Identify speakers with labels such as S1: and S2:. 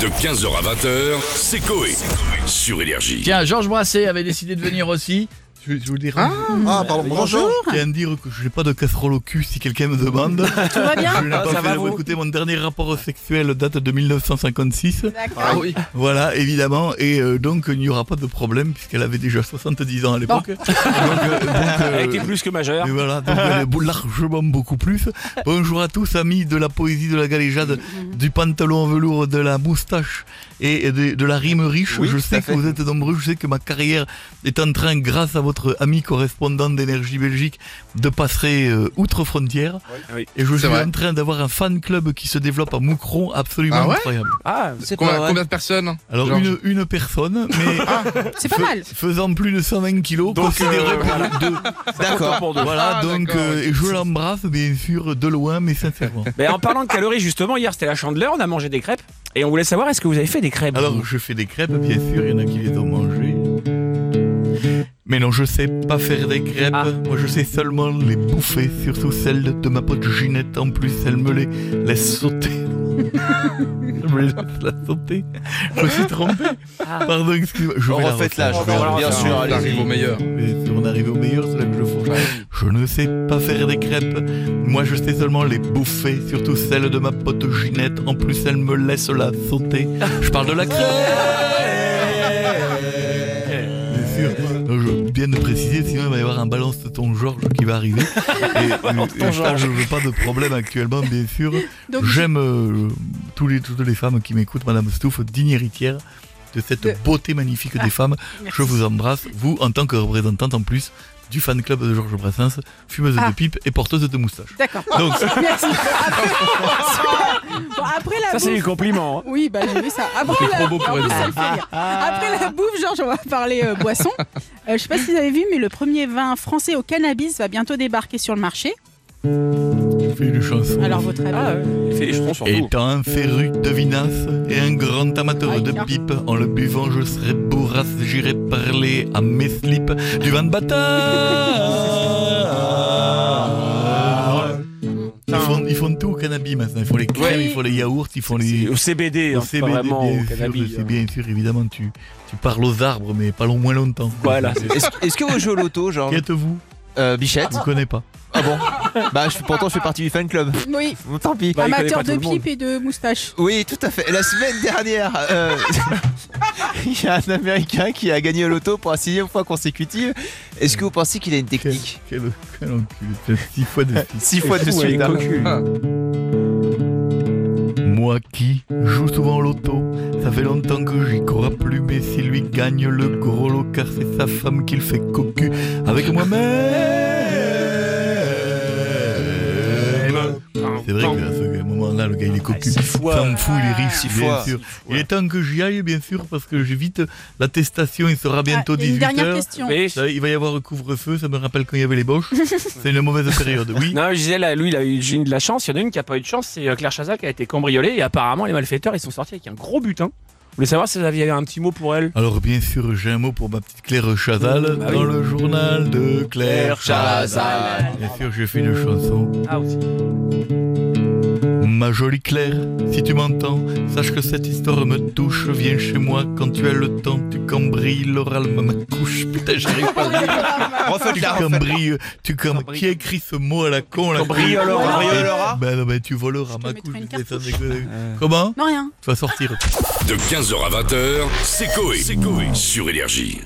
S1: De 15h à 20h, c'est Coé. Sur Énergie.
S2: Tiens, Georges Brassé avait décidé de venir aussi. Je, je vous le dirai.
S3: Ah, pardon, bonjour.
S2: Je viens de dire que je n'ai pas de casserole au cul si quelqu'un me demande.
S4: Tout va bien
S2: Je n'ai pas
S3: Ah, ça va,
S2: fait.
S3: vous
S2: Écoutez, mon dernier rapport sexuel date de 1956.
S4: D'accord.
S2: Ah oui. Voilà, évidemment. Et euh, donc, il n'y aura pas de problème puisqu'elle avait déjà 70 ans à l'époque. Donc, euh, donc, euh,
S5: Ah. Elle était plus que majeure.
S2: et voilà, donc elle est beau- largement beaucoup plus. Bonjour à tous, amis de la poésie, de la galéjade,
S3: Mhm.
S2: du pantalon en velours, de la moustache et de, de la rime riche.
S3: Oui,
S2: je
S3: tout à
S2: sais que
S3: fait.
S2: vous êtes nombreux, je sais que ma carrière est en train, grâce à votre ami correspondant d'Énergie Belgique, de passer euh, outre frontière.
S5: Oui.
S2: Et je suis
S6: vrai.
S2: en train d'avoir un fan club qui se développe à Moucron, absolument
S6: Ah ouais
S2: incroyable.
S5: Ah,
S4: C'est
S6: Combien,
S4: pas
S6: combien de personnes
S2: Alors,
S6: Georges.
S2: une, une personne, mais
S4: C'est pas
S2: fais-
S4: mal.
S2: faisant plus de 120 kilos,
S5: Donc,
S2: considéré
S5: euh,
S2: pour deux.
S5: d'accord pour deux.
S2: Voilà,
S6: Ah,
S2: donc
S6: d'accord,
S2: euh, et je l'embrasse bien sûr de loin mais sincèrement.
S5: Mais en parlant de calories, justement, hier c'était la chandeleur, on a mangé des crêpes et on voulait savoir est-ce que vous avez fait des crêpes
S2: Alors
S5: vous
S2: je fais des crêpes bien sûr, il y en a qui les ont mangées. Mais non, je sais pas faire des crêpes.
S5: Ah.
S2: Moi, je sais seulement les bouffer, surtout celles de ma pote Ginette. En plus, elle me les laisse sauter. je me les laisse la sauter. Je me suis trompé.
S4: Ah.
S2: Pardon, excusez-moi. Je
S3: On
S2: vais la
S3: refait là, je
S2: refaire.
S3: vais
S5: On va la
S3: bien
S5: refaire.
S3: sûr,
S6: T'arrives au
S3: allez-y.
S6: meilleur.
S2: Mais si on arrive au meilleur, c'est là que je fourche. Je ne sais pas faire des crêpes. Moi, je sais seulement les bouffer, surtout celle de ma pote Ginette. En plus, elle me laisse la sauter. Je parle de la crêpe. Bien sûr. Donc, Je viens de préciser, sinon il va y avoir un balance de ton Georges qui va arriver. Et, euh, ça, je veux pas de problème actuellement, bien sûr.
S4: Donc,
S2: J'aime euh, tous les, toutes les femmes qui m'écoutent, Madame Stouff, digne héritière de cette
S4: De- Ah,
S2: beauté magnifique des femmes. Je vous embrasse, vous, en tant que représentante en plus du fan club de Georges Brassens, fumeuse
S4: Ah.
S2: de pipe et porteuse de moustache.
S4: D'accord.
S2: Donc,
S4: Merci. Après, Bon, après la
S5: Ça, c'est
S4: bouffe-
S5: du compliment. hein.
S4: Oui, bah j'ai vu ça. Après la...
S6: beau pour
S4: en
S6: être
S4: plus, ça le fait rire. Après la bouffe, Georges, on va parler euh, boisson. Euh, je sais pas si vous avez vu, mais le premier vin français au cannabis va bientôt débarquer sur le marché.
S2: je fais une chanson.
S4: Alors votre avis
S5: Ah, ouais. Il fait des jetons sur vous.
S2: Étant un féru de vinasse et un grand amateur
S4: Ah,
S2: de
S4: tiens.
S2: pipe, en le buvant, je serai bourrasse, j'irai parler à mes slips du vin de bataille. Ils font, ils font tout au cannabis maintenant. Ils font les crèmes,
S4: Ouais.
S2: ils font les yaourts, ils font les.
S5: Au CBD, hein,
S2: Au
S5: c'est
S2: CBD,
S5: pas vraiment
S2: bien
S5: au
S2: sûr,
S5: cannabis. euh.
S2: c'est bien sûr, évidemment, tu, tu parles aux arbres, mais pas long- moins longtemps.
S5: Voilà, c'est-
S3: Est-ce est-ce que vous jouez au loto, genre
S2: Qui êtes-vous
S3: euh, Bichette
S2: Je ne connais pas.
S3: Ah bon Bah, je, pourtant, je fais partie du fan club.
S4: Euh, Oui,
S3: Bon, Tant pis.
S5: Bah, il connaît
S4: amateur
S5: pas tout
S4: de
S5: le monde.
S4: pipe et de moustache.
S3: Oui, tout à fait. La semaine dernière, euh, il y a un Américain qui a gagné au loto pour la sixième fois consécutive. Est-ce que vous pensez qu'il a une
S2: Quel,
S3: technique
S2: quel, quel enculé. T'as Six fois de six.
S3: Six fois de
S5: fou,
S3: suite.
S5: ouais,
S3: hein.
S5: cocu.
S2: Moi qui joue souvent au loto, ça fait longtemps que j'y crois plus, mais si lui gagne le gros lot, car c'est sa femme qu'il fait cocu avec
S5: Eh ben,
S2: moi-même. C'est vrai qu'à ce moment-là, le gars il est cocu.
S5: six fois.
S2: S'en fout, il est riche,
S3: Six
S2: bien
S3: fois.
S2: sûr. Il est temps que j'y aille, bien sûr, parce que j'évite l'attestation, il sera bientôt
S4: Ah, et
S2: 18h.
S4: une dernière question.
S5: Mais-
S2: Ça, il va y avoir un couvre-feu, ça me rappelle quand il y avait les Boches. C'est une mauvaise période, oui.
S5: Non, je disais, là, lui, il a eu j'ai eu de la chance. Il y en a une qui a pas eu de chance, c'est euh, Claire Chazal qui a été cambriolée. Et apparemment, les malfaiteurs, ils sont sortis avec un gros butin. Vous voulez savoir si vous aviez un petit mot pour elle
S2: Alors bien sûr, j'ai un mot pour ma petite Claire Chazal
S5: Bah oui.
S2: dans le journal de Claire
S3: Ah,
S2: Chazal. Bien sûr, j'ai fait une chanson.
S5: Ah, aussi.
S2: Ma jolie Claire, si tu m'entends, sache que cette histoire me touche. Viens chez moi quand tu as le temps, tu cambrilles l'oral ma couche. Putain, j'arrive pas à le dire. Tu
S3: Refaites-la, refaites-la.
S2: cambrilles, tu cam... Qui a écrit ce mot à la con là
S5: Cambrioleur.
S3: Cambrioleur.
S2: Ben non, mais tu voleras
S4: Je te
S2: ma
S4: mettrai
S2: couche.
S4: une
S2: putain, ça
S4: cartouche.
S2: déconne. Comment
S4: Non, rien.
S2: Tu vas sortir.
S1: De 15h à 20h, c'est Coé. Sur Énergie.